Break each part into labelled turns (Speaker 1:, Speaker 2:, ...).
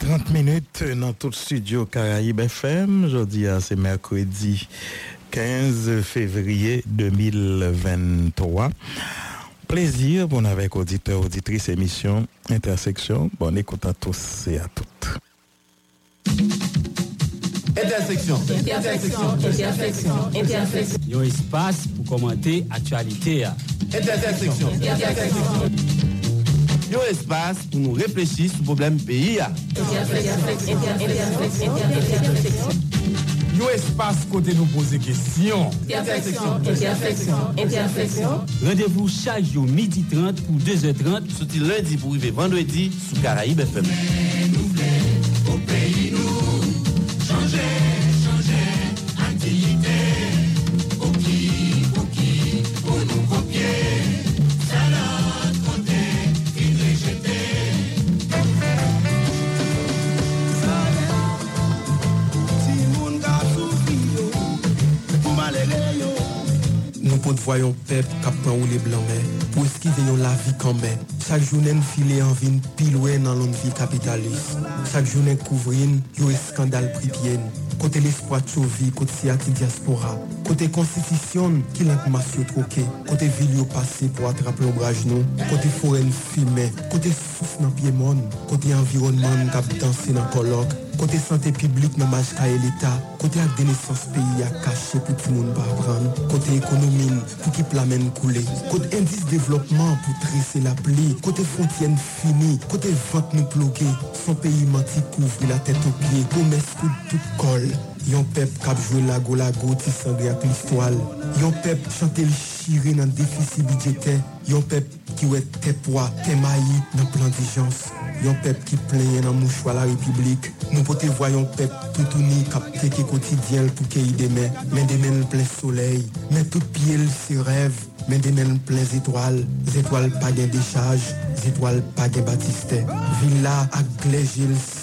Speaker 1: 40 minutes dans tout studio Caraïbe FM. Aujourd'hui, ah, c'est mercredi 15 février 2023. Plaisir, bon avec auditeurs, auditrices, émission, intersection. Bonne écoute à tous et à toutes.
Speaker 2: Intersection. Intersection. Intersection. Intersection.
Speaker 3: Yon espace pour commenter actualité.
Speaker 2: Intersection. Intersection. Yon espace pour nous réfléchir sur le problème pays.
Speaker 4: Yon espace côté nous poser question.
Speaker 2: Intersection. Intersection. Intersection.
Speaker 3: Rendez-vous chaque jour midi 30 pour 2h30.
Speaker 2: Sauti lundi pour arriver vendredi sous Caraïbes FM.
Speaker 5: Nous voyons peuple qui prend ou les blancs pour esquiver la vie quand même. Chaque journée, nous filons en ville pile dans l'homme vie capitaliste. Chaque journée, couvrir, il y a scandale pripienne. Côté l'espoir de survie, côté siati diaspora. Côté constitution, qui l'a masse troqué. Côté ville passé pour attraper l'ombrage nous. Côté forêt fumée. Côté souffle dans pied monde. Côté environnement qui dansé dans colloque. Côté santé publique, dans match l'État. Côté avec dénaissance pays à cacher pour tout le monde pas prendre. Côté économie, pour qui plamène couler. Côté indice développement pour tresser la pluie. Côté frontière finie. Côté vente nous bloquer. Son pays menti couvre la tête aux pieds. Promesse pour tout col. Yon pep kap jwe lago lago ti sangre ak l'istwal. Yon pep chante l'chire nan defisi bidjetè. Yon pep ki wè tepwa, temayi nan plan dijans. Yon pep ki plenye nan mouchwa la republik. Nou pote voyon pep toutouni kap teke kotidyen l pou ke yi demè. Men demè l plen soley, men tout pie l se rev. Men demen plen zetwal, zetwal pa gen dechaj, zetwal pa gen batiste. Villa ak glejel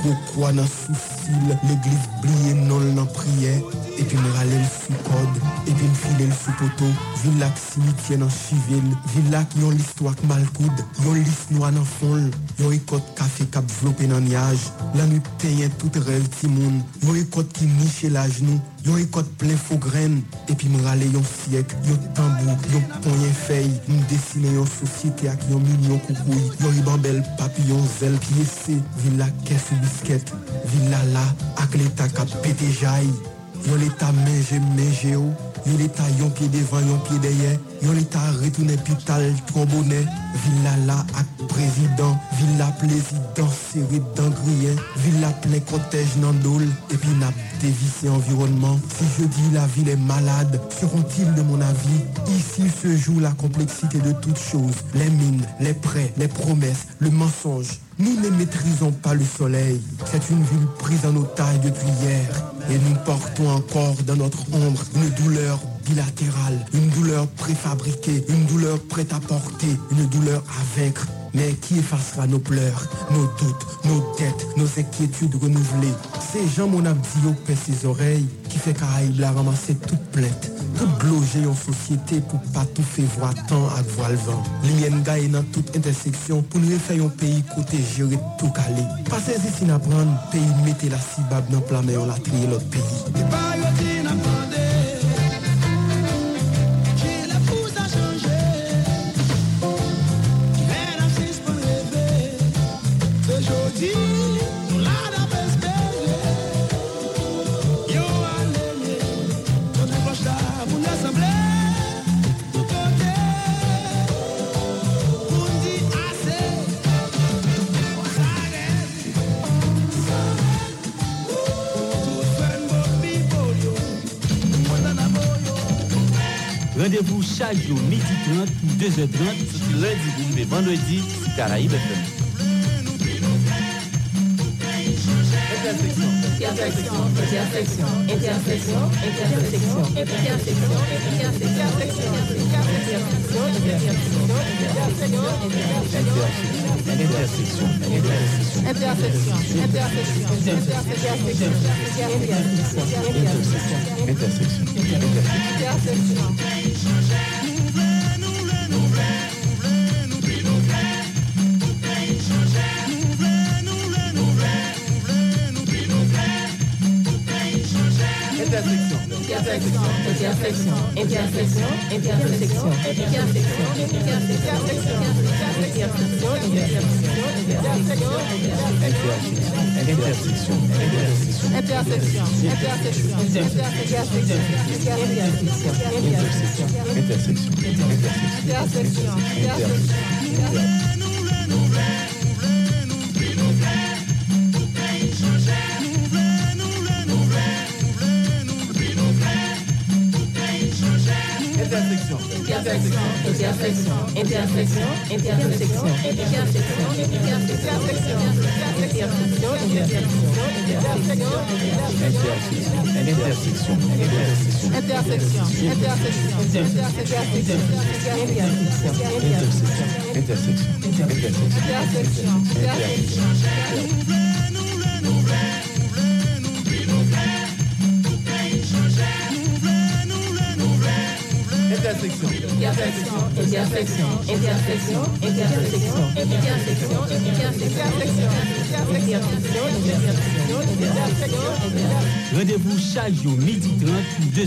Speaker 5: gro kwa nan sousil, l'eglis bliye nol nan priye. Epi m rale l sou kod, epi m file l sou poto. Villa ak simitye nan chivil, villa ak yon yon listwa ak malkoud, yon list noua nan fol, yon ekot kafe kap vlope nan yaj, lan nou teyen tout rev ti moun, yon ekot ki niche la jnou, yon ekot plen fo gren, epi mrale yon siyek, yon tambou, yon ponyen fey, nou desine yon sosyete ak yon minyon koukouy, yon ribambel papi yon zel piyese, villa kes ou bisket, villa la ak leta kap pete jay, yon leta menje menje ou, Yon leta oh. yon pie devan, yon pie deyen, yon leta retounen pital trombonen, villa la ak prezident, villa plezident seri dangriyen, villa ple kotej nan dol, epi nap devise environnement. Si je dis la ville est malade, seront-ils de mon avis Ici se joue la complexité de toutes choses, les mines, les prêts, les promesses, le mensonge. Nous ne maîtrisons pas le soleil. C'est une ville prise en otage depuis hier. Et nous portons encore dans notre ombre une douleur bilatérale, une douleur préfabriquée, une douleur prête à porter, une douleur à vaincre. Mais qui effacera nos pleurs, nos doutes, nos dettes, nos inquiétudes renouvelées Ces gens, mon abdio, paient ses oreilles, qui fait Caraïbe la ramasser toute plainte, toute glogée en société pour pas tout faire voir tant à voir le vent. L'INGA est dans toute intersection pour nous faire un pays côté gérer tout calé. Passez ici, n'a pays mettez la cibab dans plat, mais on la trié l'autre pays.
Speaker 3: Rendez-vous chaque jour, midi 30 ou 2h30.
Speaker 2: Sauti lundi pour arriver vendredi sous Caraïbes FM. Intersection.
Speaker 6: Intersection, intersection, intersection, intersection, intersection, intersection, intersection,
Speaker 7: Rendez-vous chaque jour, midi 30 ou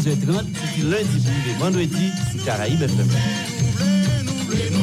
Speaker 7: 2h30.
Speaker 2: Lundi, vendredi, sous Caraïbes FM.